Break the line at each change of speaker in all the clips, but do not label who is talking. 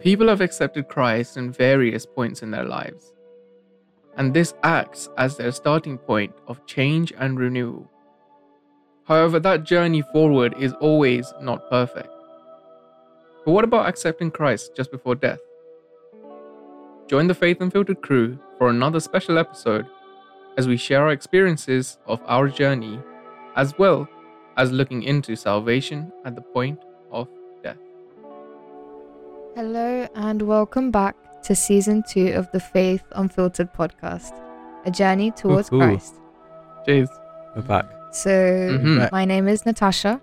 People have accepted Christ in various points in their lives, and this acts as their starting point of change and renewal. However, that journey forward is always not perfect. But what about accepting Christ just before death? Join the Faith Unfiltered crew for another special episode as we share our experiences of our journey, as well as looking into salvation at the point of death.
Hello, and welcome back to season two of the Faith Unfiltered podcast, a journey towards
Woohoo.
Christ.
Jeez.
We're back.
So,
Mhm.
my name is Natasha,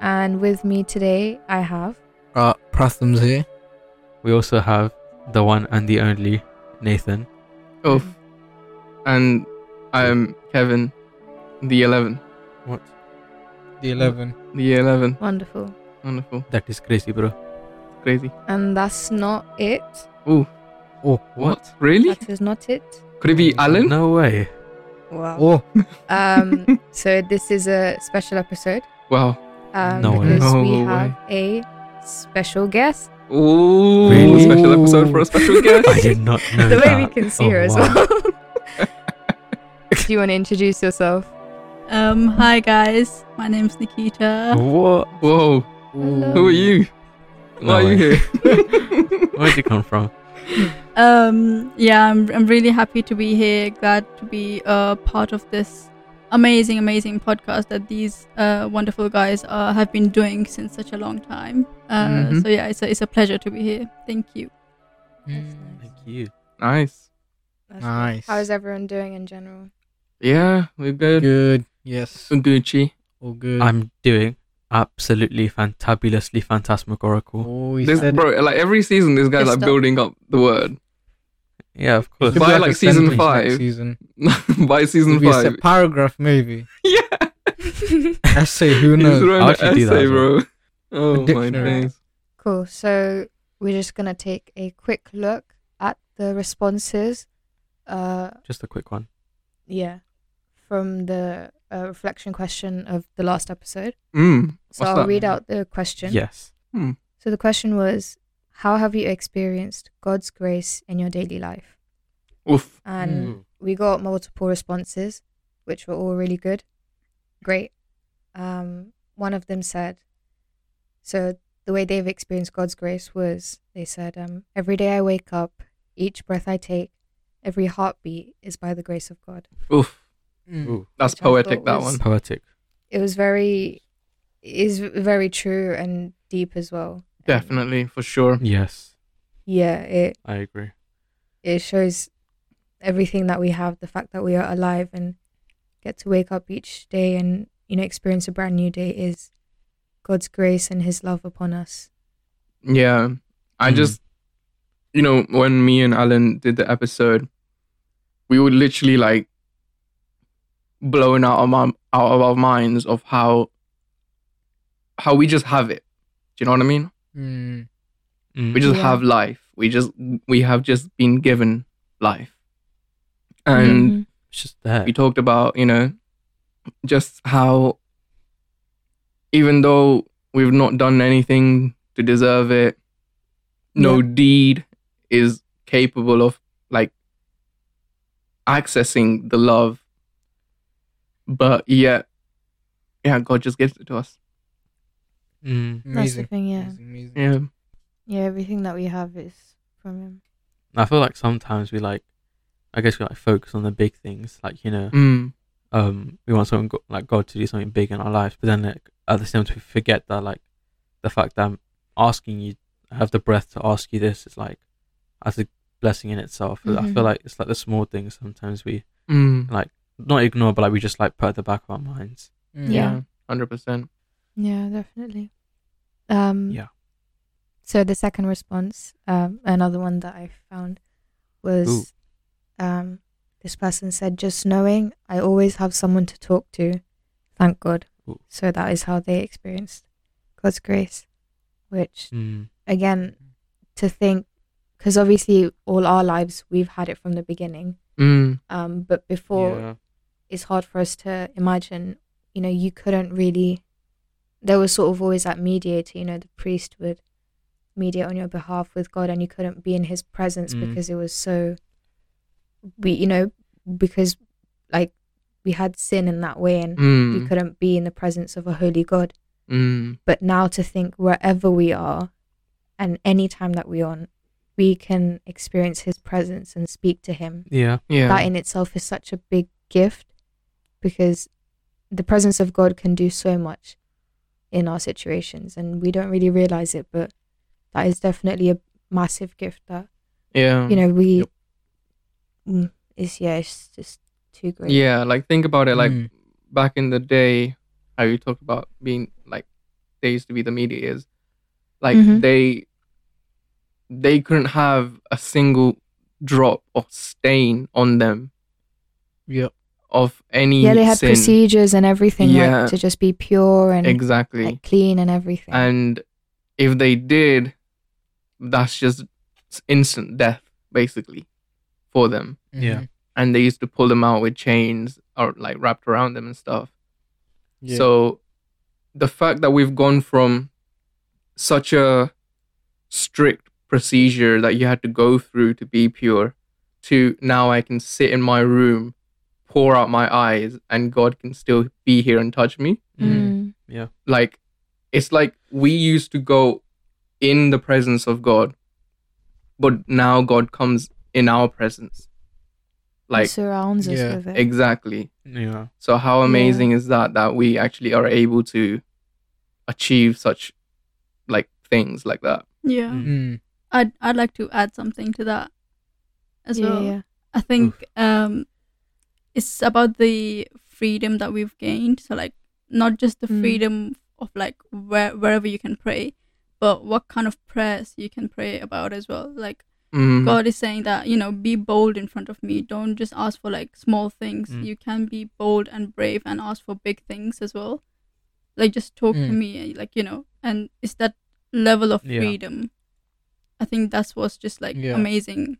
and with me today I have
Right, Pratham's here.
We also have the one and the only Nathan.
Oof. And I'm Kevin, the 11.
What?
The 11.
The 11.
wonderful,
Wonderful.
That is crazy, bro.
Crazy.
and that's not it.
Ooh.
Oh,
What?
Really?
That is not it.
Could it be Alan?
No way.
Wow.
Oh,
Um, so this is a special episode.
Wow.
Um,
No way.
because we
No
have a special guest.
Ooh.
Really?
Special episode for a special guest.
I did not know
the way
that.
we can see
Oh,
her as
wow.
well. Do you want to introduce yourself?
Um, hi guys, my name's Nikita.
What?
Whoa. Who are you? Why
No
are you
way.
here?
Where'd you come from?
Um, yeah, I'm, I'm really happy to be here. Glad to be uh, part of this amazing, amazing podcast that these uh, wonderful guys uh, have been doing since such a long time. Uh,
Mhm.
So yeah, it's a, it's a pleasure to be here. Thank you.
Thank you.
nice.
Nice.
Mm. How is everyone doing in general?
Yeah, we're good.
Good. Yes.
Gucci.
All good.
I'm doing absolutely fantabulously fantasmagorical.
Oh, he
This
said
bro, like every season, this guy's
Yes,
like
stop.
building up the word.
Yeah, of course.
Could be
by,
a
like, season
sentence next
five.
Season.
By season
Could be a se-
five,
paragraph maybe.
yeah,
Essay. Who
he's
knows?
wrote
I'll
an
actually do that
essay,
as
bro.
well.
Oh my
dictionary.
days.
Cool. So we're just gonna take a quick look at the responses. Uh,
Just a quick one.
yeah, from the uh, reflection question of the last episode.
Mm.
So
What's
I'll
that?
read out the question.
Yes.
Hmm.
So the question was, how have you experienced God's grace in your daily life?
Oof.
And
Mm.
we got multiple responses, which were all really good. Great. Um, one of them said, so the way they've experienced God's grace was they said, um, every day I wake up, each breath I take, every heartbeat is by the grace of God.
Oof.
Mm.
Ooh,
That's
Which I
poetic.
thought
That
was-
one.
poetic.
It was very, is very true and deep as well. And
Definitely for sure.
Yes,
yeah, it,
I agree.
it shows everything that we have, the fact that we are alive and get to wake up each day and, you know, experience a brand new day is God's grace and his love upon us.
Yeah. I
Mm.
just, you know, when me and Alan did the episode, we were literally like blown out of our, out of our minds of how how we just have it. Do you know what I mean?
Mm.
Mm.
we just
Yeah.
have life we just we have just been given life and
Hmm.
it's just there.
we talked about you know just how even though we've not done anything to deserve it no deed is capable of like accessing the love but yet yeah god just gives it to us
Mm.
Mm-hmm. that's the
Amazing.
thing, yeah.
Amazing, amazing.
yeah
Yeah, everything that we have is from him.
I feel like sometimes we like, I guess we like focus on the big things, like you know,
mm.
um, we want something go- like God to do something big in our lives, but then like at the same time we forget that like the fact that I'm asking you, I have the breath to ask you this is like, as a blessing in itself. I
Mhm.
feel like it's like the small things sometimes we
Mm.
not ignore, but like we just like put at the back of our minds.
Mm.
Yeah.
yeah 100%
Yeah, definitely. Um,
Yeah.
So the second response, um, another one that I found was um, this person said, just knowing I always have someone to talk to, thank God.
Ooh.
So that is how they experienced God's grace, which
Mm.
again, to think, because obviously all our lives we've had it from the beginning.
mm.
Um, but before
yeah.
it's hard for us to imagine. You know, you couldn't really. There was sort of always that mediator. You know, the priest would mediate on your behalf with God and you couldn't be in his presence
Mm.
because it was so we you know because like we had sin in that way and we
Mm,
couldn't be in the presence of a holy God
mm,
but now to think wherever we are and any time that we on we can experience his presence and speak to him
Yeah.
yeah.
that in itself is such a big gift because the presence of god can do so much in our situations and we don't really realize it but that is definitely a massive gift that
yeah.
you know we
Yep.
Mm, it's yeah it's just too great
Yeah, like think about it. Like
Mm.
back in the day, how you talked about being like they used to be the mediators. Like
Mhm.
they they couldn't have a single drop of stain on them
Yep.
of any
yeah they had
sin.
procedures and everything
Yeah.
like to just be pure and
exactly.
like clean and everything
and if they did, that's just instant death basically for them.
Yeah.
Mhm.
and they used to pull them out with chains or like wrapped around them and stuff.
Yeah.
So the fact that we've gone from such a strict procedure that you had to go through to be pure to now I can sit in my room, pour out my eyes, and God can still be here and touch me.
Mm.
Mm.
Yeah.
Like it's like we used to go in the presence of God, but now God comes in our presence. Like
surrounds us
Yeah.
with it.
Exactly.
Yeah.
So how amazing is that that we actually are able to achieve such like things like that.
Yeah.
Mm.
Mm.
I'd I'd like to add something to that as well.
Yeah,
I think um, it's about the freedom that we've gained. So like not just the
Mm.
freedom of like where wherever you can pray, but what kind of prayers you can pray about as well. Like
Mm.
God is saying that you know be bold in front of me. Don't just ask for like small things.
Mm.
You can be bold and brave and ask for big things as well. Like just talk to
Mm.
me, and, like you know, and it's that level of
Yeah.
freedom. I think that's what's just like
Yeah.
amazing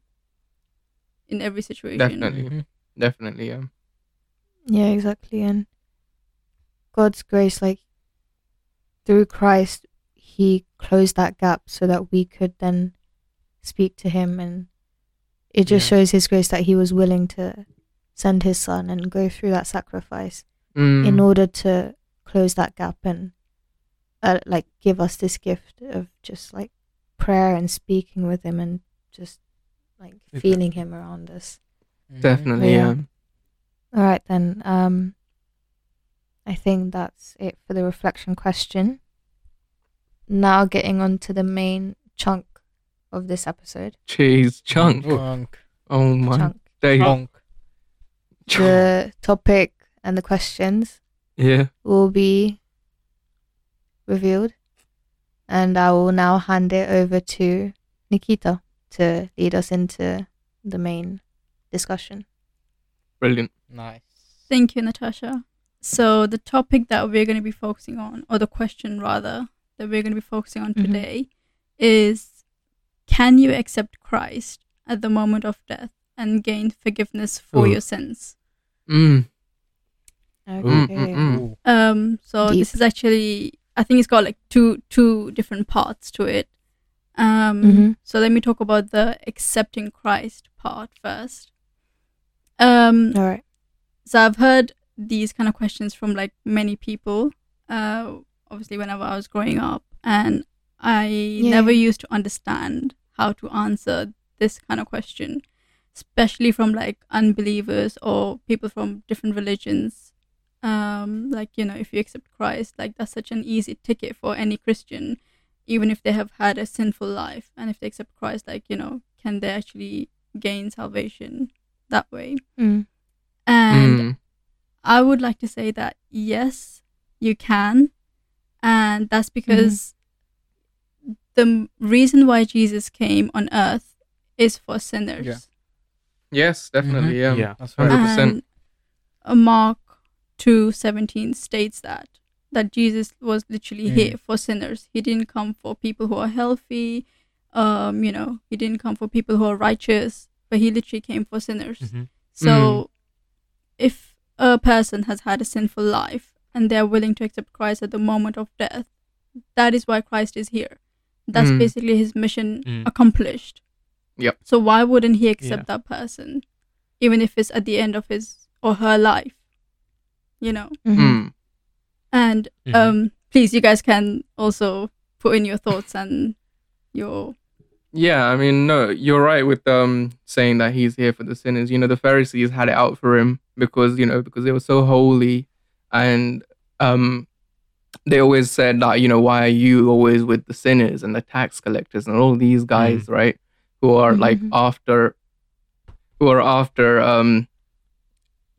in every situation.
Definitely.
Mhm.
Definitely, yeah.
yeah, exactly. And God's grace, like through Christ, He closed that gap so that we could then speak to Him, and it just
Yeah.
shows His grace that He was willing to send His Son and go through that sacrifice
Mm.
in order to close that gap and uh, like give us this gift of just like prayer and speaking with Him and just like feeling Him around us.
Mhm.
Definitely,
Yeah.
yeah.
All right then. Um, I think that's it for the reflection question. Now getting on to the main chunk of this episode.
Cheese chunk.
Chunk.
Oh my
Chunk.
day.
Chunk.
Chunk.
The topic and the questions
Yeah.
will be revealed, and I will now hand it over to Nikita to lead us into the main discussion.
Brilliant.
Nice.
Thank you, Natasha. So the topic that we're going to be focusing on, or the question rather, that we're going to be focusing on
Mhm.
today is can you accept Christ at the moment of death and gain forgiveness for
Ooh.
your sins?
Mm. Mm,
Okay.
mm, mm.
Ooh.
Um so
Deep.
this is actually I think it's got like two two different parts to it. Um
Mhm.
so let me talk about the accepting Christ part first. Um
All right.
so I've heard these kind of questions from like many people. Uh, obviously, whenever I was growing up, and I never used to understand how to answer this kind of question, especially from like unbelievers or people from different religions. Um, like you know, if you accept Christ, like that's such an easy ticket for any Christian, even if they have had a sinful life, and if they accept Christ, like you know, can they actually gain salvation that way?
Mm.
And
Mm.
I would like to say that yes, you can. And that's because the m- reason why Jesus came on earth is for sinners.
Yeah.
Yes, definitely,
Yeah.
Mm-hmm.
yeah.
That's
Hundred
right.
percent.
And uh, Mark 2:17 states that that Jesus was literally
Mm.
here for sinners. He didn't come for people who are healthy. Um, you know, he didn't come for people who are righteous, but he literally came for sinners.
Mhm.
So,
Mm-hmm.
if a person has had a sinful life and they're willing to accept Christ at the moment of death, that is why Christ is here. That's
Mm.
basically his mission
Mm.
accomplished.
Yep.
So why wouldn't he accept that person, even if it's at the end of his or her life? You know.
Mhm.
Mm.
And
Mm-hmm.
Mhm.
um, please, you guys can also put in your thoughts and your
Yeah, I mean, no, you're right with um saying that he's here for the sinners. You know, the Pharisees had it out for him because you know because they were so holy, and um, they always said that you know why are you always with the sinners and the tax collectors and all these guys, right? Who are like
Mhm.
after, who are after um,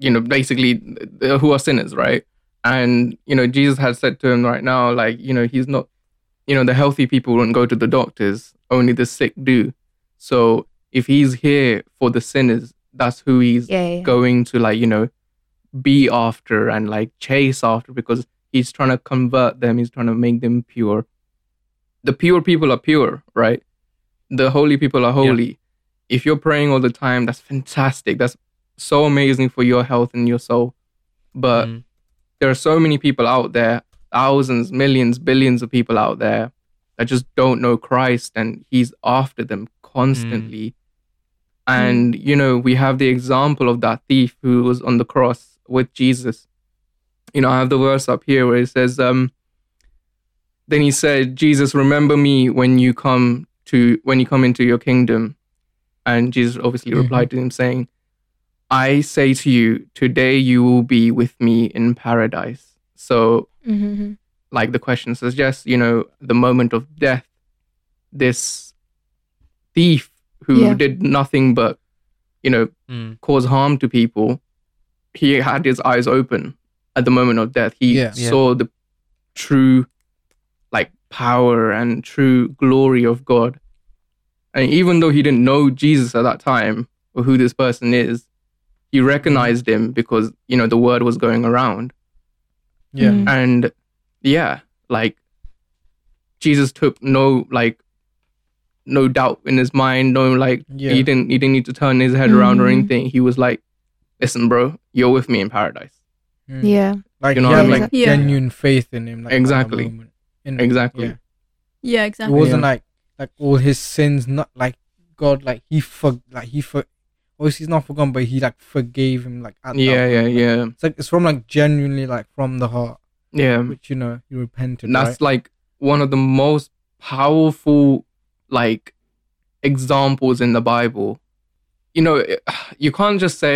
you know, basically uh, who are sinners, right? And you know, Jesus had said to him right now, like you know, he's not you know, the healthy people don't go to the doctors, only the sick do. So if he's here for the sinners, that's who he's
Yeah, yeah, yeah.
going to, like, you know, be after and like chase after because he's trying to convert them, he's trying to make them pure. The pure people are pure, right? The holy people are holy. If you're praying all the time, that's fantastic. That's so amazing for your health and your soul. But
Mm.
there are so many people out there, thousands, millions, billions of people out there that just don't know Christ and he's after them constantly. And, you know, we have the example of that thief who was on the cross with Jesus. You know, I have the verse up here where it says, um, then he said, Jesus, remember me when you come to when you come into your kingdom. And Jesus obviously
Mhm.
replied to him saying, I say to you, today you will be with me in paradise. So,
Mhm.
like the question suggests, you know, the moment of death, this thief who
Yeah.
did nothing but, you know,
Mm.
cause harm to people, he had his eyes open at the moment of death. He
Yeah.
Yeah.
saw the true, like, power and true glory of God. And even though he didn't know Jesus at that time or who this person is, he recognized him because, you know, the word was going around.
Yeah.
Mm.
And yeah, like, Jesus took no, like, no doubt in his mind, no, like,
Yeah.
he didn't he didn't need to turn his head around or
Mhm.
anything. He was like, "Listen, bro, you're with me in paradise."
Mm.
Yeah.
Like
You
you
know what
know,
I
had
mean?
like
Yeah.
genuine faith in him. Like, at that
Exactly.
moment. In-
Exactly.
yeah.
yeah
It
exactly.
wasn't
Yeah.
like like all his sins. Not like God. Like he for like he for. Obviously, he's not forgotten, but he like forgave him. Like at that
Yeah, yeah,
moment. Like,
yeah,
It's like it's from like genuinely like from the heart,
yeah.
which you know he repented.
And Mm. that's like one of the most powerful like examples in the Bible. You know, it- you can't just say.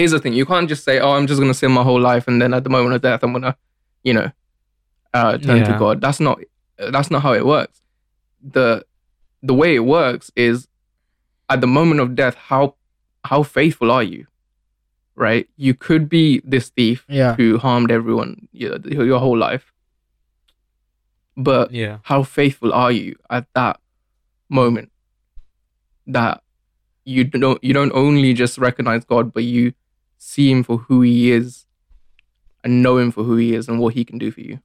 Here's the thing: you can't just say, "Oh, I'm just gonna sin my whole life," and then at the moment of death, I'm gonna, you know, uh, turn to
Yeah.
God. That's not uh, that's not how it works. the The way it works is at the moment of death. How how faithful are you? Right? You could be this thief
right? yeah,
who harmed everyone you know, your your whole life. But
Yeah.
how faithful are you at that moment that you don't you don't only just recognize God, but you see Him for who He is and know Him for who He is and what He can do for you.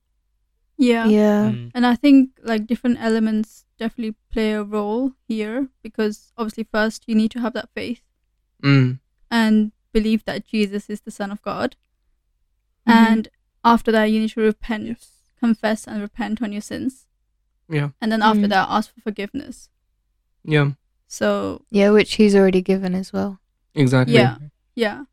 yeah.
Yeah.
Mm.
And I think like different elements definitely play a role here because obviously first you need to have that faith
Mm.
and believe that Jesus is the Son of God.
Mhm.
And after that you need to repent, confess and repent on your sins.
Yeah.
And then after
Mm.
that ask for forgiveness.
Yeah.
So
Yeah, which he's already given as well.
Exactly.
yeah. Yeah.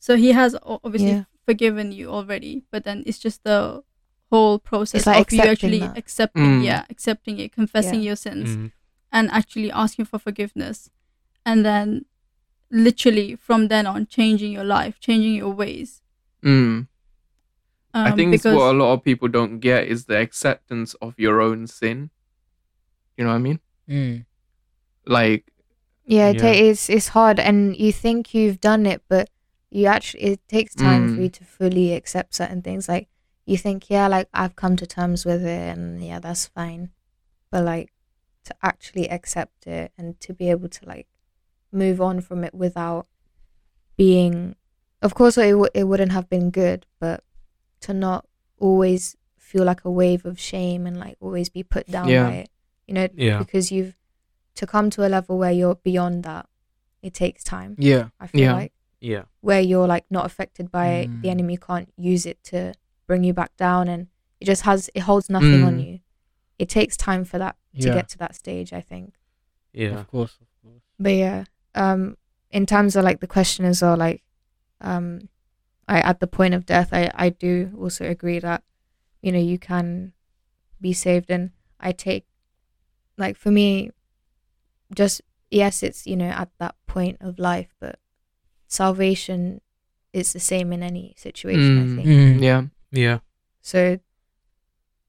So he has o- obviously
Yeah.
forgiven you already, but then it's just the whole process
like
of you
accepting
actually
that.
accepting
Mm.
yeah, accepting it, confessing your sins.
Mm.
and actually asking for forgiveness and then literally from then on changing your life changing your ways
Mm.
um,
I think it's
because
what a lot of people don't get is the acceptance of your own sin. You know what I mean?
Mm.
Like
Yeah, it
Yeah.
ta- it's it's hard, and you think you've done it, but you actually it takes time for
Mm.
you to fully accept certain things. Like you think, yeah, like I've come to terms with it, and yeah, that's fine. But like to actually accept it and to be able to like move on from it without being, of course, it w- it wouldn't have been good, but to not always feel like a wave of shame and like always be put down
Yeah.
by it. You know,
Yeah.
because you've to come to a level where you're beyond that it takes time
yeah,
i feel
Yeah.
like
Yeah.
where you're like not affected by it the
Mm.
enemy can't use it to bring you back down and it just has it holds nothing on
Mm.
you it takes time for that to
Yeah.
get to that stage, I think.
Yeah.
Of course, of course.
But yeah, um, in terms of like the question as well, like, um, I at the point of death, I I do also agree that, you know, you can be saved, and I take, like for me, just yes, it's you know at that point of life, but salvation is the same in any situation.
Mm.
I think
Yeah.
Yeah.
so.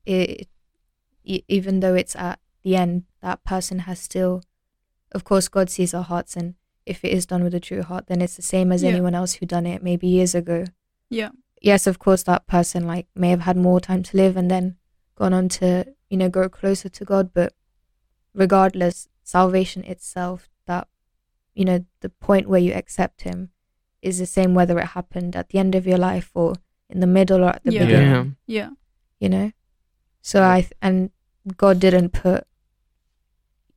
It, e- even though it's at the end, that person has still, of course, God sees our hearts, and if it is done with a true heart, then it's the same as
Yeah.
anyone else who done it maybe years ago.
Yeah.
Yes, of course, that person like may have had more time to live and then gone on to you know grow closer to God, but regardless, salvation itself, that you know the point where you accept Him, is the same whether it happened at the end of your life or in the middle or at the
Yeah.
beginning
Yeah.
Yeah.
you know so i th- and god didn't put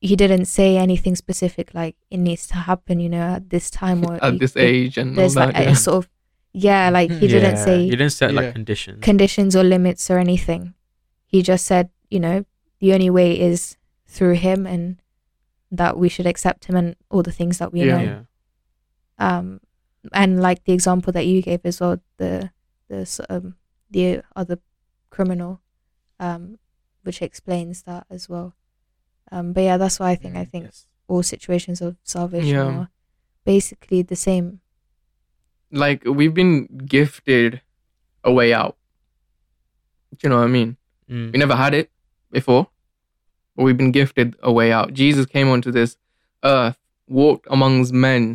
he didn't say anything specific like it needs to happen you know at this time or
At
you-
this
it-
age and all
there's
that. Mm-hmm.
like a sort of yeah like he didn't
Yeah.
say
You didn't set like
Yeah.
conditions.
conditions or limits or anything he just said you know the only way is through him and that we should accept him and all the things that we
Yeah.
know
yeah.
um and like the example that you gave as well the the s- um the other criminal um which explains that as well um but yeah that's why i think i
Mm,
think
yes.
all situations of salvation
Yeah.
are basically the same
like we've been gifted a way out. Do you know what I mean?
Mm.
We never had it before, but we've been gifted a way out. Jesus came onto this earth, walked amongst men,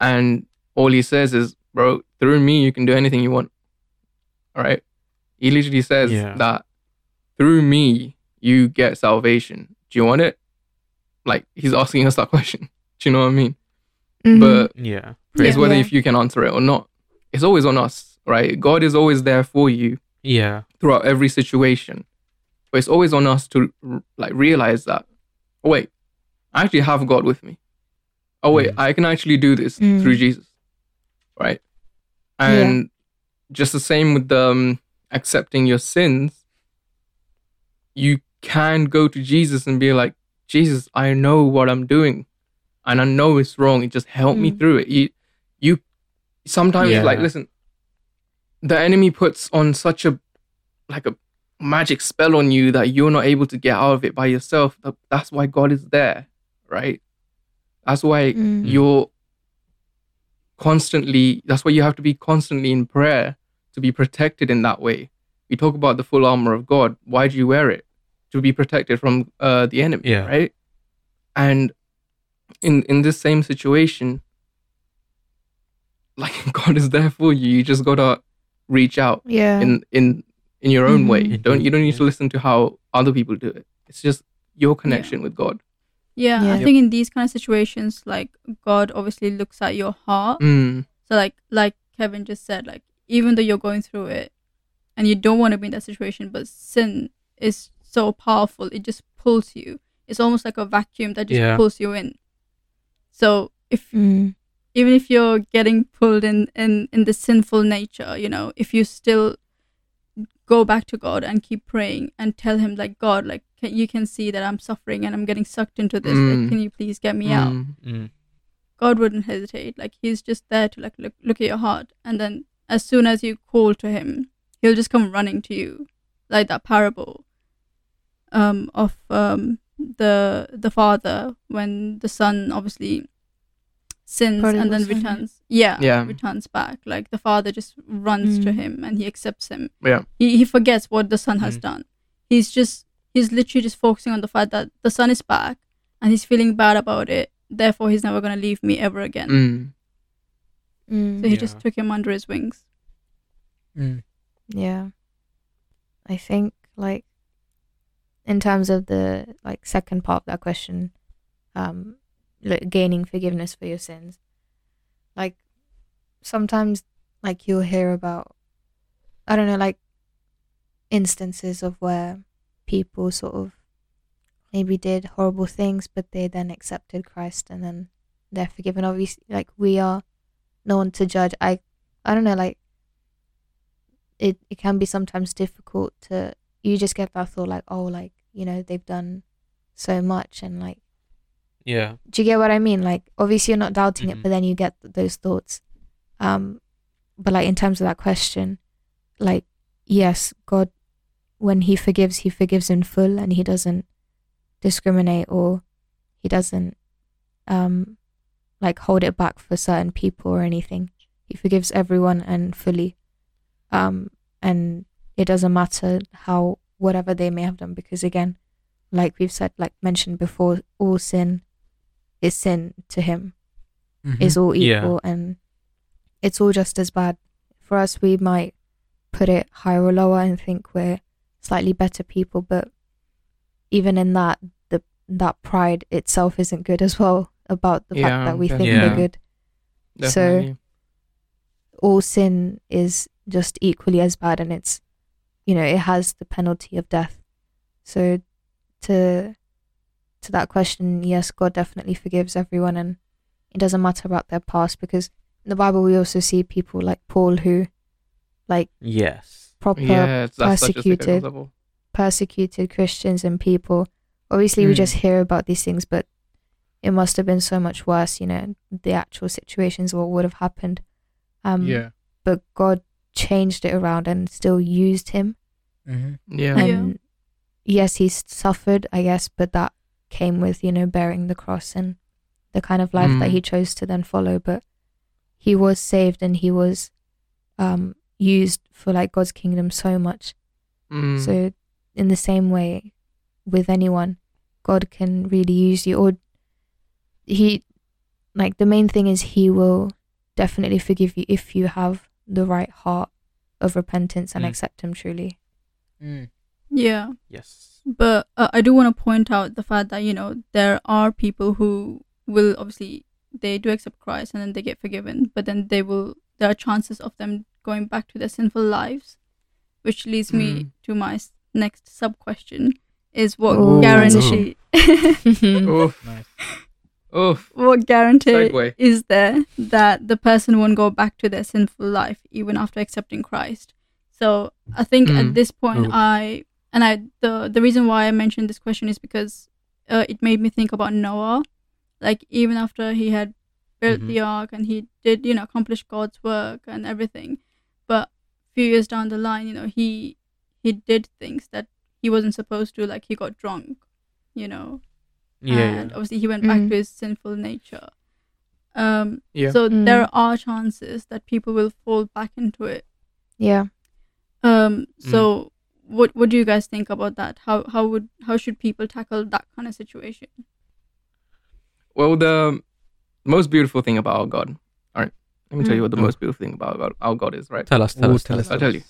and all he says is, Bro, through me, you can do anything you want. All right? He literally says
Yeah.
that through me, you get salvation. Do you want it? Like, he's asking us that question. Do you know what I mean?
Mm-hmm.
But
Yeah.
it's
Yeah.
whether
Yeah.
if you can answer it or not. It's always on us, right? God is always there for you
Yeah.
throughout every situation, but it's always on us to r- like realize that. Oh wait, I actually have God with me. Oh wait,
Mm.
I can actually do this
Mm.
through Jesus, right?
Yeah.
And just the same with um, accepting your sins, you can go to Jesus and be like, Jesus, I know what I'm doing, and I know it's wrong. Just help me
Mm.
through it. You, you sometimes
Yeah.
like listen. The enemy puts on such a like a magic spell on you that you're not able to get out of it by yourself. Th- That's why God is there, right? That's why
Mm.
you're constantly, that's why you have to be constantly in prayer to be protected in that way. We talk about the full armor of God. Why do you wear it? To be protected from uh, the enemy,
Yeah.
right? And in in this same situation, like God is there for you. You just gotta reach out
yeah
in in in your
Mm-hmm.
own way.
Mhm.
Don't you don't need to
Yeah.
listen to how other people do it. It's just your connection with God.
Yeah, I
Yeah.
think in these kind of situations, like God obviously looks at your heart.
Mm,
So like like Kevin just said, like even though you're going through it and you don't want to be in that situation, but sin is so powerful, it just pulls you. It's almost like a vacuum that just
Yeah.
pulls you in. So if
Mm.
even if you're getting pulled in, in in the sinful nature, you know, if you still go back to God and keep praying and tell him like God, like can, you can see that I'm suffering and I'm getting sucked into this.
Mm.
Like, can you please get me out?
mm,
Mm.
God wouldn't hesitate. Like he's just there to like look look at your heart, and then as soon as you call to him, he'll just come running to you, like that parable, um, of um the the father when the son obviously sins
Prodigal
and then
son, yeah.
returns. Yeah,
Yeah.
returns back. Like the father just runs to
Mm.
him and he accepts him.
Yeah.
he he forgets what the son has
Mm.
done. He's just he's literally just focusing on the fact that the son is back and he's feeling bad about it. Therefore, he's never gonna leave me ever again.
mm.
So
Mm.
he
Yeah.
just took him under his wings.
Mm.
yeah i think like in terms of the like second part of that question um like, gaining forgiveness for your sins like sometimes like you'll hear about i don't know like instances of where people sort of maybe did horrible things but they then accepted christ and then they're forgiven obviously like we are no one to judge i i don't know like it, it can be sometimes difficult to you just get that thought like, oh, like you know they've done so much, and like,
Yeah.
do you get what I mean? Like, obviously you're not doubting it,
Mhm.
but then you get th- those thoughts. Um, but like in terms of that question, like yes, God, when He forgives, He forgives in full, and He doesn't discriminate or He doesn't um like hold it back for certain people or anything. He forgives everyone and fully. Um, and it doesn't matter how whatever they may have done because again, like we've said, like mentioned before, all sin is sin to him. It's all
Yeah.
equal and it's all just as bad. For us we might put it higher or lower and think we're slightly better people, but even in that the that pride itself isn't good as well about the
Yeah,
fact that we think
Yeah.
we're good
Definitely.
all sin is just equally as bad and it's you know it has the penalty of death so to to that question yes god definitely forgives everyone and it doesn't matter about their past because in the bible we also see people like paul who like
Yes.
proper
yeah, it's- that's such a sick
persecuted.
level.
persecuted Christians and people. Obviously, we
Mm.
just hear about these things, but it must have been so much worse, you know, the actual situations, what would have happened. Um,
yeah.
But God changed it around and still used him.
Mm-hmm.
Yeah,
Yeah.
And yes, he s- suffered, I guess, but that came with, you know, bearing the cross and the kind of life that
Mm.
he chose to then follow. But he was saved and he was um, used for like God's kingdom so much.
Mm.
So, in the same way, with anyone, God can really use you, or He, like, the main thing is He will definitely forgive you if you have the right heart of repentance and
Mm.
accept Him truly.
Mm.
Yeah.
Yes.
But uh, I do want to point out the fact that, you know, there are people who will obviously, they do accept Christ and then they get forgiven, but then they will, there are chances of them going back to their sinful lives, which leads me
Mm.
to my s- next sub question is what
Ooh.
guarantee,
Oof,
Nice.
oof.
what guarantee
Segue.
is there that the person won't go back to their sinful life even after accepting Christ? So I think
Mm.
at this point
Ooh.
I and I the the reason why I mentioned this question is because uh, it made me think about Noah. Like even after he had built the ark and he did you know accomplish God's work and everything, but few years down the line, you know he he did things that he wasn't supposed to. Like he got drunk, you know,
Yeah.
and obviously he went back
Mm.
to his sinful nature. Um,
Yeah.
so
Mm.
there are chances that people will fall back into it.
yeah,
Um, so what what do you guys think about that? How how would how should people tackle that kind of situation?
Well, the most beautiful thing about our God, all right, let me tell you what the
Mm.
most beautiful thing about our God, our God is, right?
Tell us. Tell
Ooh,
us.
Oh, tell us,
I'll tell you.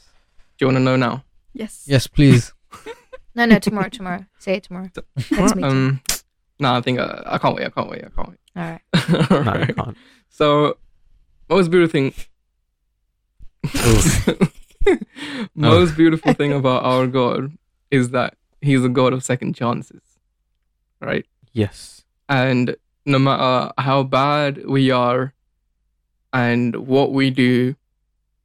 Do you want to know now?
Yes.
Yes, please.
no, no, tomorrow, tomorrow, say it tomorrow. Next meeting.
Um, no, I think uh, I can't wait. I can't wait. I can't wait.
All right.
All
No, you
right.
can't.
So, most beautiful thing. most beautiful thing about our God is that He's a God of second chances, right?
Yes.
And no matter how bad we are and what we do,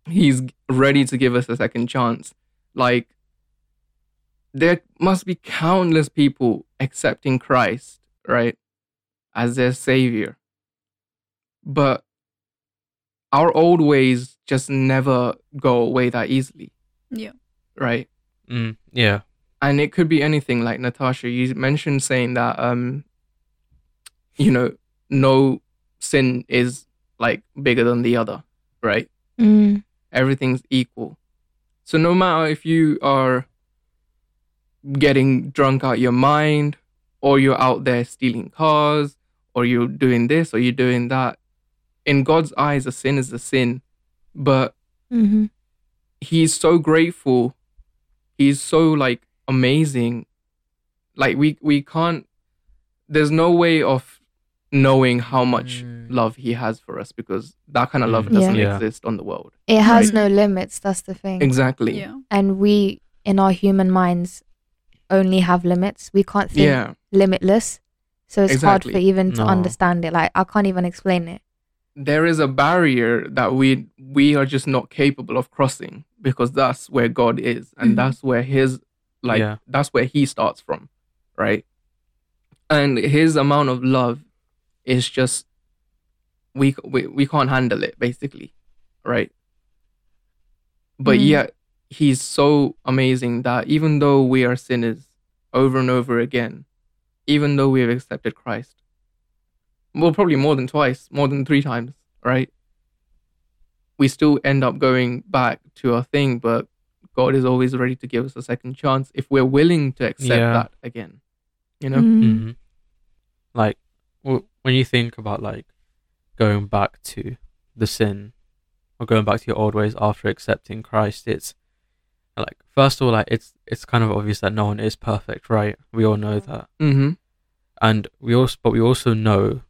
He's ready to give us a second chance. Like, there must be countless people accepting Christ, right, as their savior. But our old ways just never go away that easily,
Yeah.
right?
Mm, yeah.
and it could be anything like natasha you mentioned saying that um you know no sin is like bigger than the other right
Mm,
everything's equal so no matter if you are getting drunk out your mind or you're out there stealing cars or you're doing this or you're doing that in god's eyes a sin is a sin but
hmm
he's so grateful he's so like amazing like we we can't there's no way of knowing how much
Mm.
love he has for us because that kind of love
Mm.
doesn't
Yeah. Yeah.
exist on the world
It has
Right.
no limits. That's the thing.
exactly
Yeah.
And we, in our human minds, only have limits. We can't think
yeah
limitless. So it's
Exactly.
hard for even to
No.
understand it. Like I can't even explain it.
there is a barrier that we we are just not capable of crossing because that's where god is and
Mhm.
that's where his Like
Yeah.
that's where he starts from, right? And his amount of love is just we we, we can't handle it basically, right? But
Mm.
yet he's so amazing that even though we are sinners over and over again, even though we have accepted Christ, well, probably more than twice, more than three times, right? We still end up going back to our thing, but God is always ready to give us a second chance if we're willing to accept
Yeah.
that again. You know?
Mm.
Mhm. Like w- when you think about like going back to the sin or going back to your old ways after accepting Christ, it's like first of all, like it's it's kind of obvious that no one is perfect, right? We all know that,
Mm-hmm.
and we also but we also know,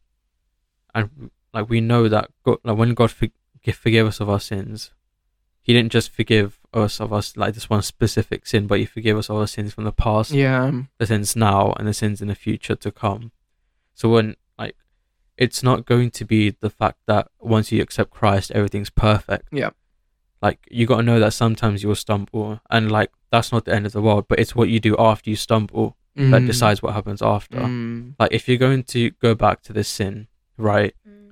and like we know that God, like when God forg forgave us of our sins, He didn't just forgive us of us like this one specific sin, but He forgave us of our sins from the past,
Yeah. um,
the sins now and the sins in the future to come. So when like it's not going to be the fact that once you accept Christ everything's perfect.
Yeah.
Like you gotta know that sometimes you'll stumble and like that's not the end of the world, but it's what you do after you stumble that
mm,
decides what happens after.
mm,
Like if you're going to go back to this sin, right?
Mm.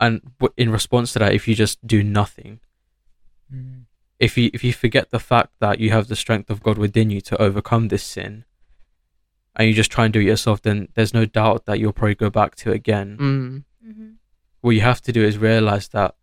And w- in response to that, if you just do nothing,
Mm.
if you if you forget the fact that you have the strength of God within you to overcome this sin, and you just try and do it yourself, then there's no doubt that you'll probably go back to it again.
mm,
Mm-hmm.
What you have to do is realize that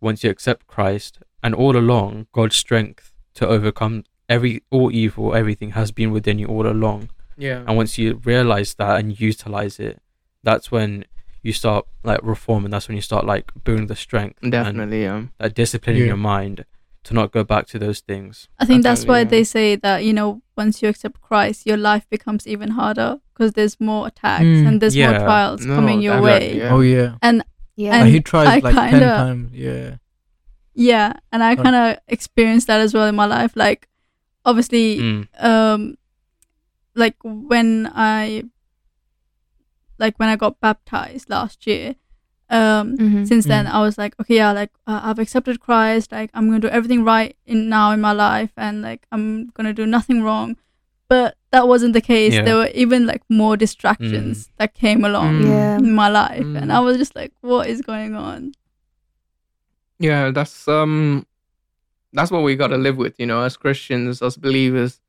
once you accept Christ, and all along God's strength to overcome every all evil, everything has been within you all along.
yeah.
And once you realize that and utilize it, that's when you start like reforming. That's when you start like building the strength and
Definitely. Um,
like, disciplining
Yeah.
your mind to not go back to those things.
I think that's
Absolutely,
why
yeah.
they say that you know once you accept Christ, your life becomes even harder because there's more attacks
Mm,
and there's more
yeah.
trials
No,
coming your
exactly,
way.
yeah.
Oh yeah.
Yeah.
And
Like, he tries
I
like ten
kinda-
times. Yeah.
Yeah, and I
Right.
kind of experienced that as well in my life. Like, obviously,
Mm.
um, like when I, like when I got baptized last year, um,
Mm-hmm.
since then I was like, okay, yeah, like uh, I've accepted Christ. Like I'm gonna do everything right in now in my life, and like I'm gonna do nothing wrong. But that wasn't the case.
Yeah.
There were even like more distractions that came along
Mm.
yeah.
in my life, and
Mm.
I was just like, what is going on?
Yeah, that's um that's what we gotta live with, you know, as Christians, as believers,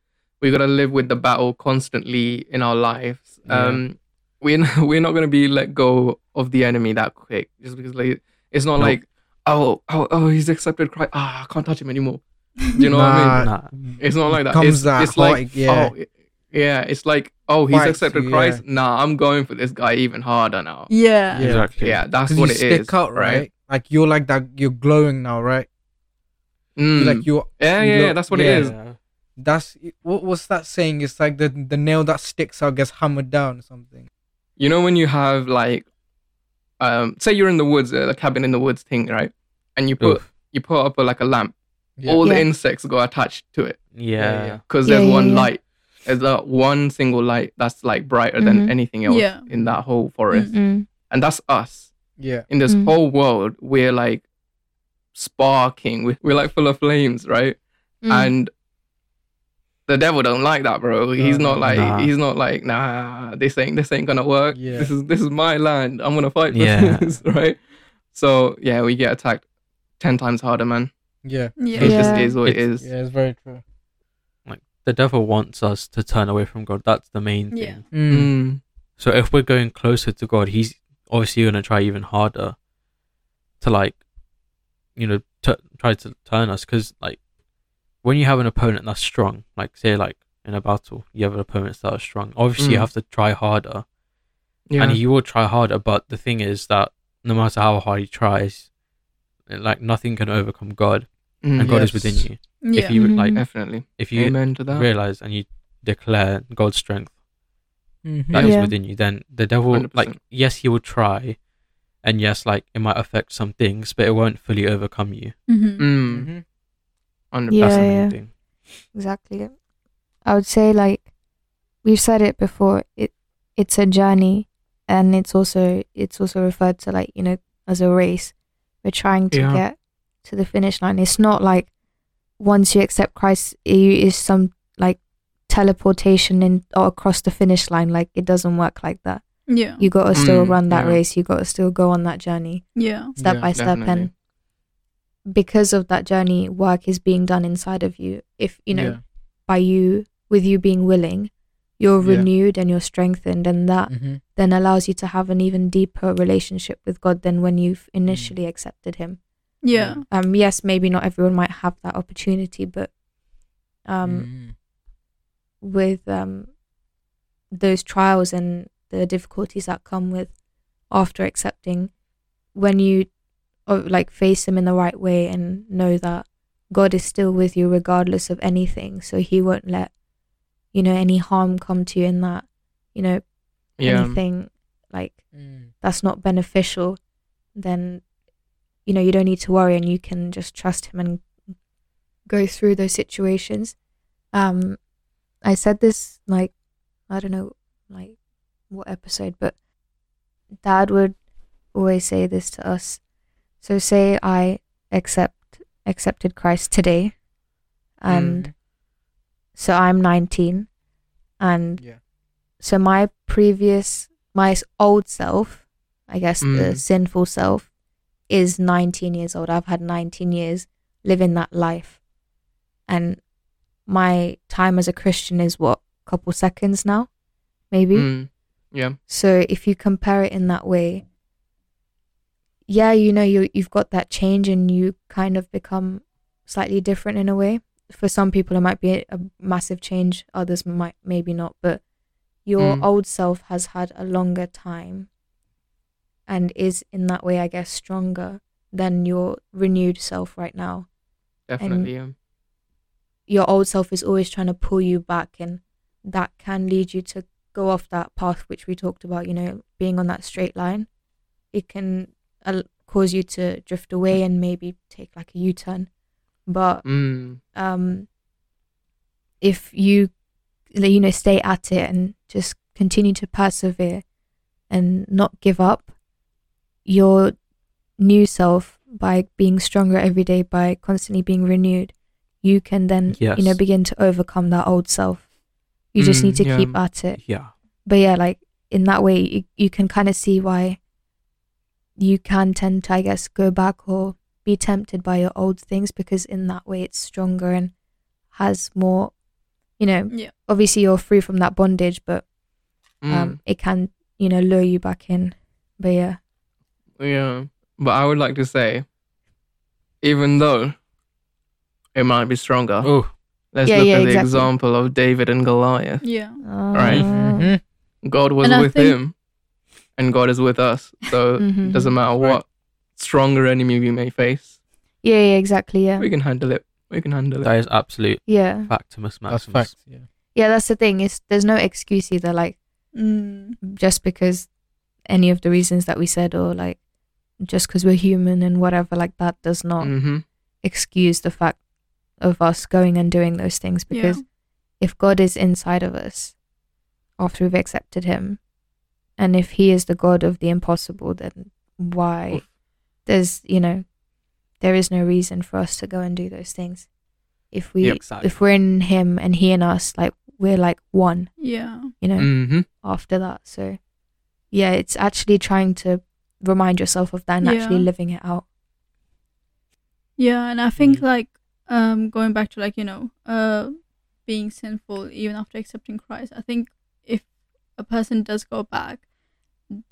we gotta live with the battle constantly in our lives.
Yeah.
Um we're not, we're not gonna be let go of the enemy that quick. Just because like it's not
Nope.
like oh oh oh he's accepted Christ ah I can't touch him anymore. Do you know what I
Nah,
mean?
Nah.
Mm.
It's not like that.
Comes
it's,
that
it's like
hot, yeah.
oh it- yeah, it's like oh he's
Fights
accepted
you,
Christ. Nah, I'm going for this guy even harder now.
Yeah.
Yeah.
Exactly.
Yeah, that's
'Cause
what
you
it is.
stick out, right? Like you're like that. You're glowing now, right? You're
Mm.
Like you're.
yeah, yeah,
you
yeah,
look-
that's what
yeah.
it is.
That's what. What's that saying? It's like the the nail that sticks out gets hammered down or something.
you know when you have like um say you're in the woods uh, the cabin in the woods thing right and you put
Oof.
you put up a, like a lamp
Yeah.
all the
Yeah.
insects go attached to it
Yeah.
because
Yeah,
there's
yeah,
one
yeah.
light there's that one single light that's like brighter than
Mhm.
anything else
Yeah.
in that whole forest
Mm-mm.
and that's us
Yeah.
in this
Mm.
whole world we're like sparking we're, we're like full of flames right
Mm.
and the devil don't like that, bro. He's
No,
not like
nah.
he's not like nah. This ain't this ain't gonna work.
Yeah.
This is this is my land. I'm gonna fight for
Yeah.
this, right? So yeah, we get attacked ten times harder, man.
Yeah.
Yeah.
It
Yeah.
just is what it
It's-
is.
Yeah. It's very true.
The devil wants us to turn away from God. That's the main thing.
Yeah.
Mm.
Mm.
So if we're going closer to God, he's obviously going to try even harder to like, you know, t- try to turn us. Because like, when you have an opponent that's strong, like say like in a battle, you have an opponent that are strong. Obviously, you
Mm.
have to try harder,
Yeah.
and he will try harder. But the thing is that no matter how hard he tries, like nothing can overcome God,
Mm.
and God is
Yes.
within you.
Yeah.
If you like,
Mhm.
Definitely.
if you
Amen to that.
realize and you declare God's strength
Mhm.
that is
Yeah.
within you, then the devil,
100%.
like, yes, he will try, and yes, like, it might affect some things, but it won't fully overcome you.
Mhm.
Mm-hmm.
Mm.
Mhm.
100%.
That's the
Yeah,
main
yeah.
thing.
exactly it. I would say like we've said it before. It it's a journey, and it's also it's also referred to like you know as a race. We're trying to
Yeah.
get to the finish line. It's not like once you accept Christ, you is some like teleportation in or across the finish line. Like it doesn't work like that.
Yeah.
You got to still
Mm,
run that
yeah.
race. You got to still go on that journey
Yeah.
step
Yeah,
by step.
definitely.
And because of that journey, work is being done inside of you. If you know
Yeah.
by you with you being willing, you're
Yeah.
renewed and you're strengthened, and that
Mhm.
then allows you to have an even deeper relationship with God than when you've initially accepted Him.
Yeah.
Um, yes, maybe not everyone might have that opportunity, but um,
Mhm.
with um, those trials and the difficulties that come with after accepting, when you uh, like face them in the right way and know that God is still with you regardless of anything, so He won't let you know any harm come to you in that you know
Yeah.
anything like
Mm.
that's not beneficial, then you know you don't need to worry and you can just trust him and go through those situations. Um, I said this like I don't know like what episode, but Dad would always say this to us. So say I accept accepted Christ today,
Mm.
and
Mm-hmm.
so I'm 19, and
yeah
so my previous my s- old self i guess the
Mm.
sinful self is 19 years old i've had 19 years living that life and my time as a christian is what couple seconds now maybe
Mm. Yeah.
so if you compare it in that way, yeah, you know you you've got that change and you kind of become slightly different in a way. For some people, it might be a, a massive change. Others might maybe not. But your
Mm.
old self has had a longer time, and is in that way, I guess, stronger than your renewed self right now
Definitely. yeah.
your old self is always trying to pull you back and that can lead you to go off that path which we talked about you know being on that straight line it can uh, cause you to drift away and maybe take like a u-turn but
Mm.
um if you you know stay at it and just continue to persevere and not give up your new self by being stronger every day by constantly being renewed you can then you know
Yes.
begin to overcome that old self you just need
Mm,
to
yeah.
keep at it
Yeah.
but yeah like in that way you, you can kind of see why you can tend to i guess go back or be tempted by your old things because in that way it's stronger and has more you know
Yeah.
obviously you're free from that bondage but um
Mm.
it can you know lure you back in but yeah
Yeah. But I would like to say, even though it might be stronger,
Oh.
let's
Yeah,
look
yeah,
at the
exactly.
example of David and Goliath.
Yeah.
Right.
Uh,
Mhm.
God was
And I
with
think-
him, and God is with us. So
Mhm.
it Mm-hmm. doesn't matter
Right.
what stronger enemy we may face,
yeah yeah exactly yeah
we can handle it. We can handle it.
That is absolute
yeah
factimus
that's
maximus.
facts yeah
yeah that's the thing it's there's no excuse either like
Mm.
just because any of the reasons that we said or like just because we're human and whatever like that does not
Mm-hmm.
excuse the fact of us going and doing those things because if god is inside of us after we've accepted him and if he is the god of the impossible then why
Oof.
there's you know there is no reason for us to go and do those things if we
Yeah,
exactly.
if we're in him and he in us like we're like one
Yeah.
you know
Mm-hmm.
after that. So, yeah, it's actually trying to remind yourself of that and actually
Yeah.
living it out.
Yeah, and I think
Mhm.
like um going back to like, you know, uh being sinful even after accepting Christ, I think if a person does go back,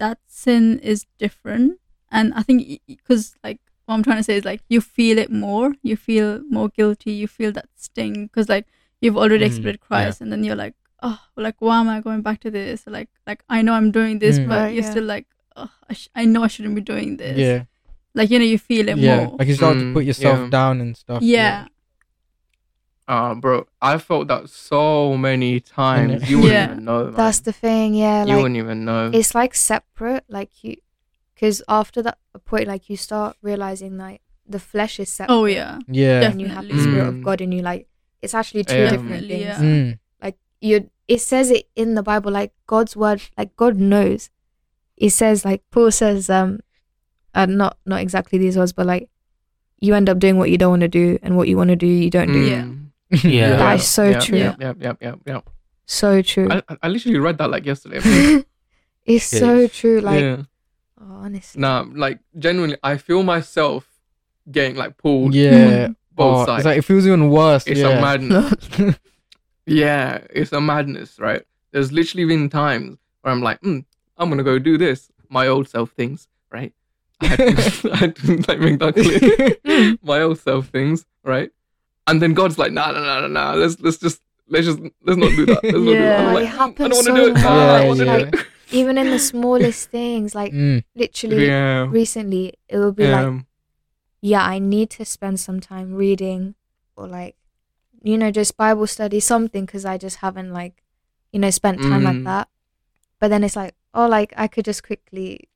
that sin is different. And I think because like what I'm trying to say is like you feel it more, you feel more guilty, you feel that sting because like you've already
Mm,
accepted
yeah.
Christ and then you're like, oh, like why am I going back to this? Like like I know I'm doing this,
Mm.
but
Right,
you're
yeah.
still like, oh, I, sh- I know I shouldn't be doing this.
yeah
Like you know you feel it
yeah
more.
like you start
Mm,
to put yourself
yeah.
down and stuff
yeah.
Ah, bro, I felt that so many times. You wouldn't
Yeah.
even know. Man.
That's the thing, yeah.
you
Like
wouldn't even know.
it's like separate, like you, because after that point, like you start realizing like the flesh is separate.
Oh yeah.
yeah
and you have the
Definitely.
spirit of
Mm.
God in you. Like it's actually two
Yeah.
different
Definitely,
things.
yeah.
Mm.
you it says it in the bible like god's word like god knows it says like paul says um uh, not not exactly these words but like you end up doing what you don't want to do and what you want to do you don't do
Yeah.
Mm.
Yeah.
that is so
Yep,
true
Yep, yep, yep, yep, yep.
so true.
I, I- I literally read that like yesterday.
it's so
Yes.
true. Like,
yeah.
oh, honestly.
Nah, like genuinely, I feel myself getting like pulled
Mm-hmm.
Yeah.
both
oh,
sides.
it's like, it feels even worse.
It's a
yeah.
madness. yeah, it's a madness, right? There's literally been times where I'm like, mm, I'm gonna go do this. My old self things, right? I had to, I had to like, make that clear. My old self things, right? And then God's like, nah, nah, nah, nah, nah. Let's let's just let's just let's not do that. Let's not do that.
Yeah.
I'm
Oh,
like,
it
"Mm,
happens
I don't
so
want to do it. Nah, I
Yeah,
don't
much,
wanna
like,
do it."
even in the smallest things, like
Mm.
literally
yeah.
recently, it will be like,
Um,
Yeah.
yeah, I need to spend some time reading or like, you know, just Bible study something because I just haven't like, you know, spent time like
Mm.
that. But then it's like, oh, like I could just quickly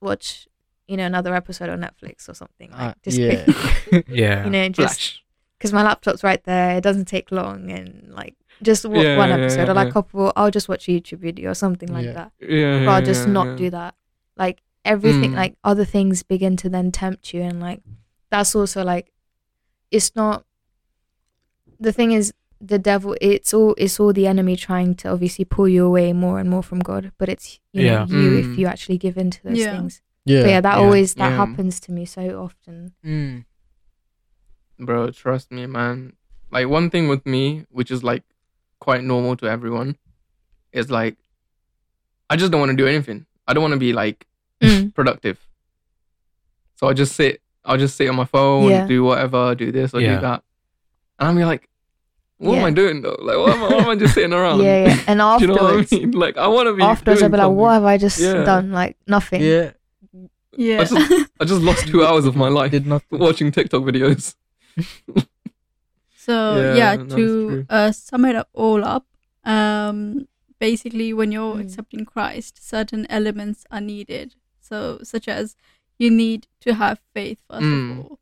watch, you know, another episode on Netflix or something. Like,
Ah,
just
yeah.
quick,
Yeah.
you know, just
Uh, Flash.
because my laptop's right there. It doesn't take long, and like just wa-
Yeah,
one
yeah,
episode
yeah,
or like
yeah.
couple. I'll just watch a YouTube video or something like
Yeah.
that.
Yeah.
But
yeah,
I'll just
yeah,
not
yeah.
do that. Like
Mm-hmm.
everything,
Mm.
like other things begin to then tempt you, and like that's also like it's not. The thing is, the devil. It's all. It's all the enemy trying to obviously pull you away more and more from God. But it's you know,
Yeah.
you if
Mm.
you actually give in to those
Yeah.
things.
Yeah.
but yeah, that
yeah,
always that
yeah. Mm.
happens to me so often.
Mm.
Bro, trust me, man. Like one thing with me, which is like quite normal to everyone, is like I just don't want to do anything. I don't want to be like
Mm.
productive. So I just sit. I'll just sit on my phone,
Yeah.
do whatever, do this or
Yeah.
do that, and I'm like, what am
Yeah.
I doing though? Like, what am I, what am I just sitting around?
Yeah, yeah. And
do you
afterwards,
know what I mean? Like, I want to be.
afterwards I'll
doing
be like, what
something.
have I just
Yeah.
done? Like nothing.
Yeah.
Yeah.
I just lost two hours of my life
Did not.
watching TikTok videos.
So
Yeah,
yeah,
that's
to
true.
uh, sum it up all up, um, basically when you're
Mm.
accepting Christ, certain elements are needed. So such as you need to have faith first
Mm.
of all.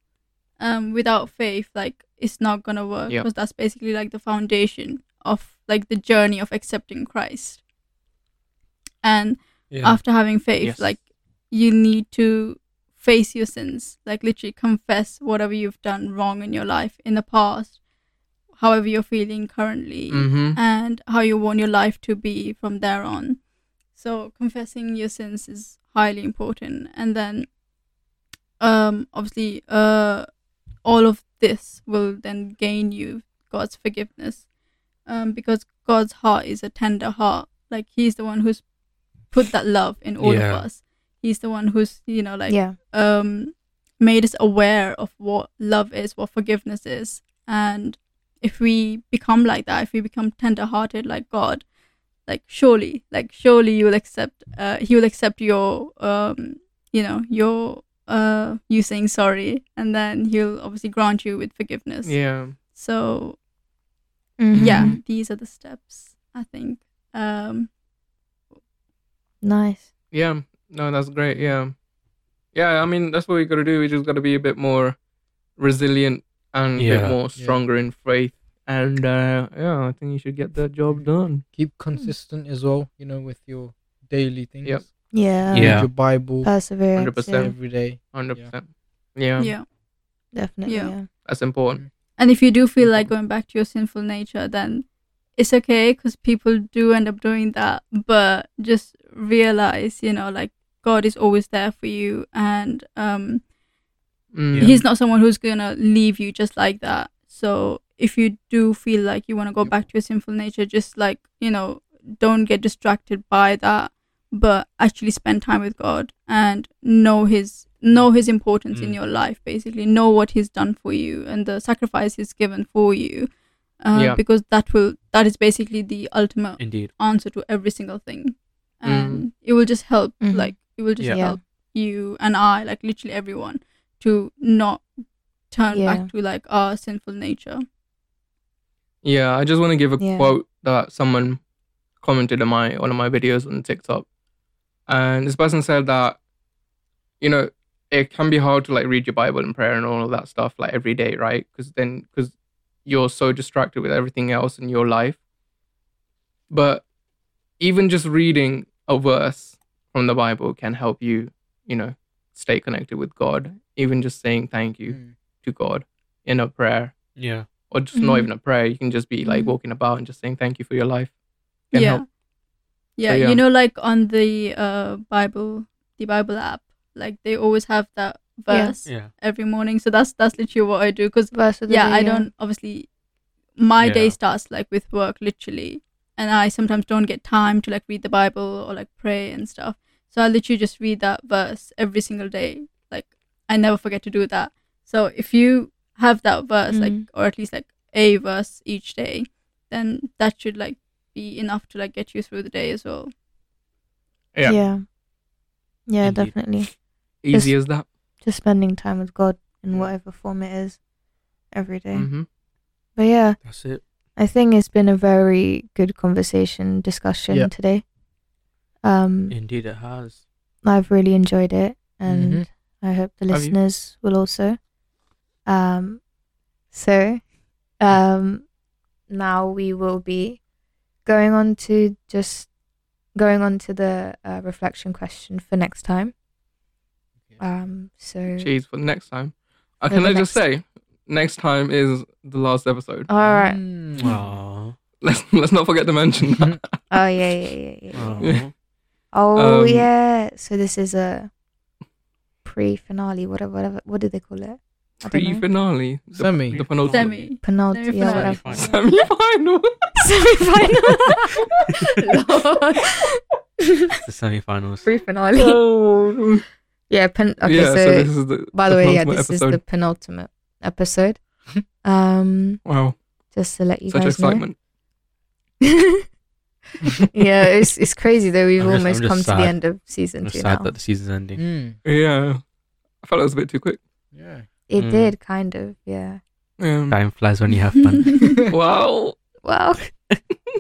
Um, without faith, like it's not gonna work
Yep.
because that's basically like the foundation of like the journey of accepting Christ. And
Yeah.
after having faith,
Yes.
like you need to face your sins, like literally confess whatever you've done wrong in your life in the past, however you're feeling currently,
Mm.
Mm-hmm.
and how you want your life to be from there on. So confessing your sins is highly important, and then, um, obviously, uh, all of this will then gain you God's forgiveness, um, because God's heart is a tender heart. Like He's the one who's put that love in all
Yeah.
of us. He's the one who's you know like
yeah.
um, made us aware of what love is, what forgiveness is. And if we become like that, if we become tender hearted like God, like surely, like surely you will accept, uh, he will accept your, um, you know, your, uh, you saying sorry. And then he'll obviously grant you with forgiveness.
Yeah.
So
Mm-hmm.
yeah,
Mhm.
these are the steps, I think. Um,
Nice.
Yeah, no, that's great. Yeah, yeah. I mean, that's what we gotta do. We just gotta be a bit more resilient and a
Yeah.
bit more
Yeah.
stronger in faith. And uh, yeah, I think you should get that job done.
Keep consistent as well. You know, with your daily things.
Yep.
Yeah.
Read
Yeah.
Your Bible
Perseverance.
100%.
Yeah,
every day.
Hundred percent. Yeah,
yeah.
definitely.
Yeah.
Yeah.
that's important.
And if you do feel like
Mhm.
going back to your sinful nature, then it's okay because people do end up doing that. But just realize, you know, like God is always there for you, and um,
Mm.
He's not someone who's gonna leave you just like that. So if you do feel like you want to go
Yep.
back to your sinful nature, just like you know, don't get distracted by that, but actually spend time with God and know His know His importance in
Mm.
your life. Basically, know what He's done for you and the sacrifice He's given for you, uh,
Yeah.
because that will that is basically the ultimate
Indeed.
answer to every single thing,
Mm.
and it will just help.
Mhm.
Like it will just
Yeah.
Yeah.
help you and I, like literally everyone, to not turn
Yeah.
back to like our sinful nature.
Yeah, I just want to give a
Yeah.
quote that someone commented on my one of my videos on TikTok, and this person said that, you know, it can be hard to like read your Bible and prayer and all of that stuff like every day, right? Because then because you're so distracted with everything else in your life. But even just reading a verse from the Bible can help you, you know, stay connected with God. Even just saying thank you
Mm.
to God in a prayer
Yeah.
or just not
Mhm.
even a prayer. You can just be like
Mhm.
walking about and just saying thank you for your life. can
yeah.
help.
Yeah,
So, yeah.
you know, like on the uh Bible, the Bible app, like they always have that
Yeah.
verse
Yeah.
every morning. So that's that's literally what I do because
Verse of the
yeah,
day, uh,
I don't obviously. My day
Yeah.
starts like with work, literally, and I sometimes don't get time to like read the Bible or like pray and stuff. So I literally just read that verse every single day. Like I never forget to do that. So if you have that verse, like
Mhm.
or at least like a verse each day, then that should like be enough to like get you through the day as well.
Yeah.
yeah, Yeah,
Indeed.
definitely.
Easy as that.
Just spending time with God
Mm.
in whatever form it is every day.
hmm
But yeah,
That's it.
I think it's been a very good conversation discussion
Yeah.
today. Um,
Indeed, it has.
I've really enjoyed it, and
Mhm.
I hope the
Have you?
listeners will also. Um, so, um, now we will be going on to just going on to the uh, reflection question for next time. Um, so
Cheers for next time. Uh,
For
can
the
I just
next- Oh.
say, next time is the last episode.
all right.
Mm.
Aww.
Let's let's not forget to mention that.
Oh yeah, yeah, yeah, yeah. yeah.
Aww.
Oh
Um,
yeah. So this is a pre-finale. Whatever, whatever. What do they call it? I don't know.
Pre-finale. The-
Semi.
The penultimate.
Semi.
Penulti- yeah,
Semi-finale.
whatever.
Semi-finale.
Semi-final.
Semi-final.
the semi-finals.
Pre-finale.
oh.
Yeah. Pen- okay.
yeah. So,
so
this is the.
by the way, yeah,
penultimate
this
episode.
is the penultimate episode. Um,
Wow.
just to let you
Such
guys
excitement.
know. yeah, it's it's crazy that we've
I'm just-
almost
I'm just
come to the
sad.
end of season
I'm
two
sad
now.
that the season's ending.
Hmm.
Mm.
Yeah. I felt it was a bit too quick.
Yeah.
It
Mm.
did kind of, yeah.
Um,
Time flies when you have fun.
wow.
Wow.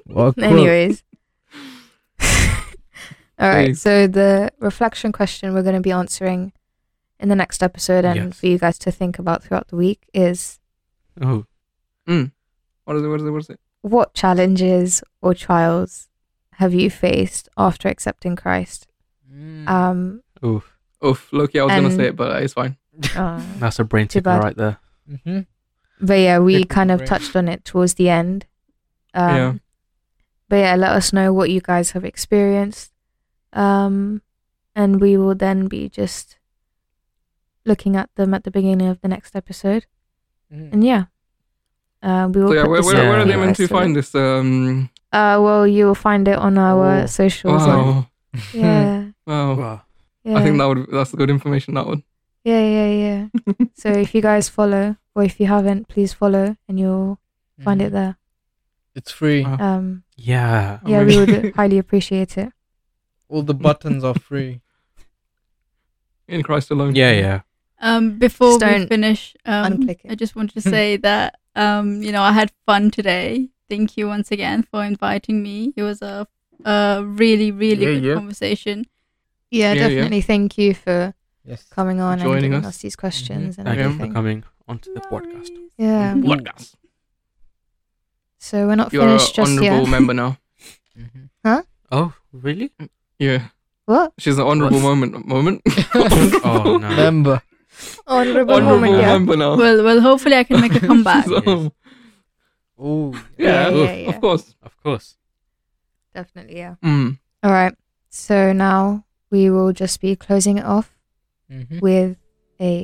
Well, cool.
Anyways. All right.
Thanks.
So the reflection question we're going to be answering in the next episode and
Yes.
for you guys to think about throughout the week is
oh,
Mm. What is it? What is it? What is it?
what challenges or trials have you faced after accepting Christ?
Mm.
Um
oof.
Oof, Loki, I was gonna
And-
say it, but it's fine.
uh,
That's a brain
Too
ticker
bad.
right there.
Mhm.
but yeah, we
Different
kind of
brain.
touched on it towards the end. Um,
Yeah.
But yeah, let us know what you guys have experienced. Um, and we will then be just looking at them at the beginning of the next episode.
Mm.
And yeah, uh, we will.
So yeah,
put
where,
this
where,
up
in
where are
for
they
you
the
meant
guys
to find
look.
this? Um,
Uh, well, you will find it on our
Oh.
socials. and-
wow,
Yeah,
wow.
yeah,
I think that would that's good information. That one.
yeah, yeah, yeah. so if you guys follow, or if you haven't, please follow, and you'll find
Hmm.
it there.
Mm. It's free.
Wow.
Um,
Yeah.
Oh,
yeah, we would highly appreciate it.
All the buttons are free.
in Christ alone.
Yeah, yeah.
Um, before
Just
we
don't
finish, um,
unclick it. Hmm.
I just wanted to say that um, you know, I had fun today. Thank you once again for inviting me. It was a a really really
Yeah,
good
yeah.
conversation.
Yeah,
Yeah,
yeah.
definitely. Thank you for
Yes.
coming on and
Joining
giving us.
us.
these questions and
Mm-hmm. Thank you for
everything.
coming onto the podcast.
Yeah.
What gas?
So we're not
You're an
finished just
honourable
yet.
member now.
Mhm.
Oh, really?
Yeah,
What?
she's an honourable moment. Moment.
Oh, no.
Mm-hmm. Remember.
Honorable,
honourable
woman, yeah.
member now.
Well, well, hopefully I can make a comeback.
So-
Yes.
Oh.
yeah,
Yeah,
oof,
yeah, yeah.
of course.
Of course.
Definitely, yeah.
Mm.
All right. So now we will just be closing it off
Mhm.
with a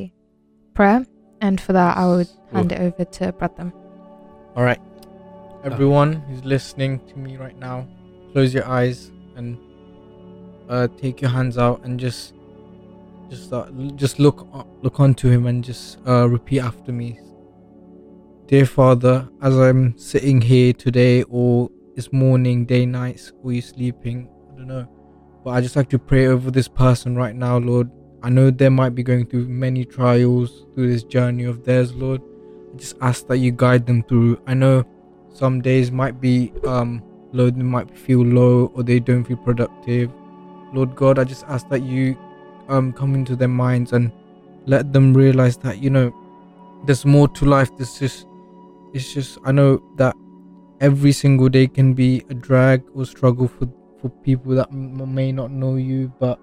prayer. And for that, Uh, I would hand it over to Pratham.
All right. Everyone who's listening to me right now, close your eyes and uh, take your hands out and just just uh, l- just look o- look onto him and just uh, repeat after me. Dear Father, as I'm sitting here today or it's morning, day, nights, or you're sleeping, I don't know. But I just like to pray over this person right now, Lord. I know they might be going through many trials through this journey of theirs, Lord. I just ask that you guide them through. I know some days might be um low, they might feel low or they don't feel productive. Lord God, I just ask that you um come into their minds and let them realize that you know there's more to life. This just it's just I know that every single day can be a drag or struggle for for people that m- may not know you, but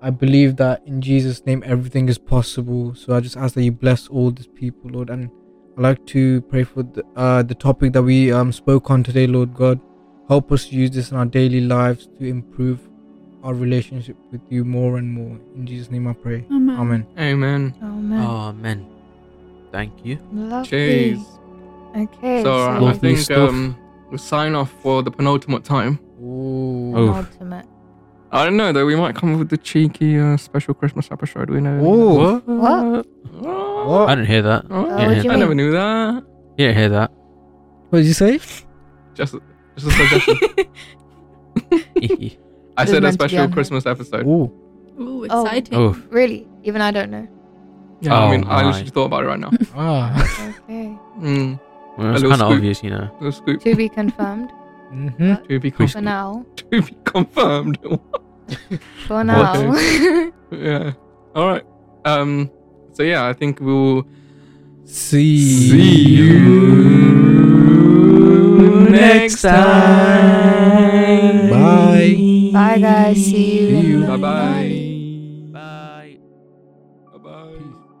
I believe that in Jesus' name everything is possible. So I just ask that you bless all these people, Lord, and I'd like to pray for the, uh, the topic that we um, spoke on today, Lord God. Help us use this in our daily lives to improve our relationship with you more and more. In Jesus' name I pray.
Amen.
Amen.
Amen.
Oh man.
Amen. Thank you.
Lovely.
Cheers.
Okay.
So alright, I
Lovely
think
stuff.
um, we'll sign off for the penultimate time.
Ooh.
Oh.
ultimate.
I don't know though. We might come up with the cheeky uh, special Christmas episode. We know.
Ooh.
What?
What?
I
What?
didn't hear that.
Oh,
what do you
I
mean?
never knew that.
You didn't hear that.
What did you say?
Just, just a suggestion. I
It's
said a
meant to be on
special
here.
Christmas episode.
Ooh.
Ooh,
Oh.
exciting.
oh,
Really? Even I don't know.
Yeah, I
Oh
mean, I
my.
literally thought about it right now.
Ah.
Okay.
Mm,
well, it's
Hello,
kind of
Scoop.
obvious, you know.
the scoop
to be confirmed.
hmm
to be,
Please.
con-
For now.
to be confirmed.
For now.
yeah. All right. Um. So yeah, I think we will
See,
see you next time.
Bye.
Bye guys. See you.
See
in
you.
the
Bye
morning.
bye.
Bye.
Bye bye.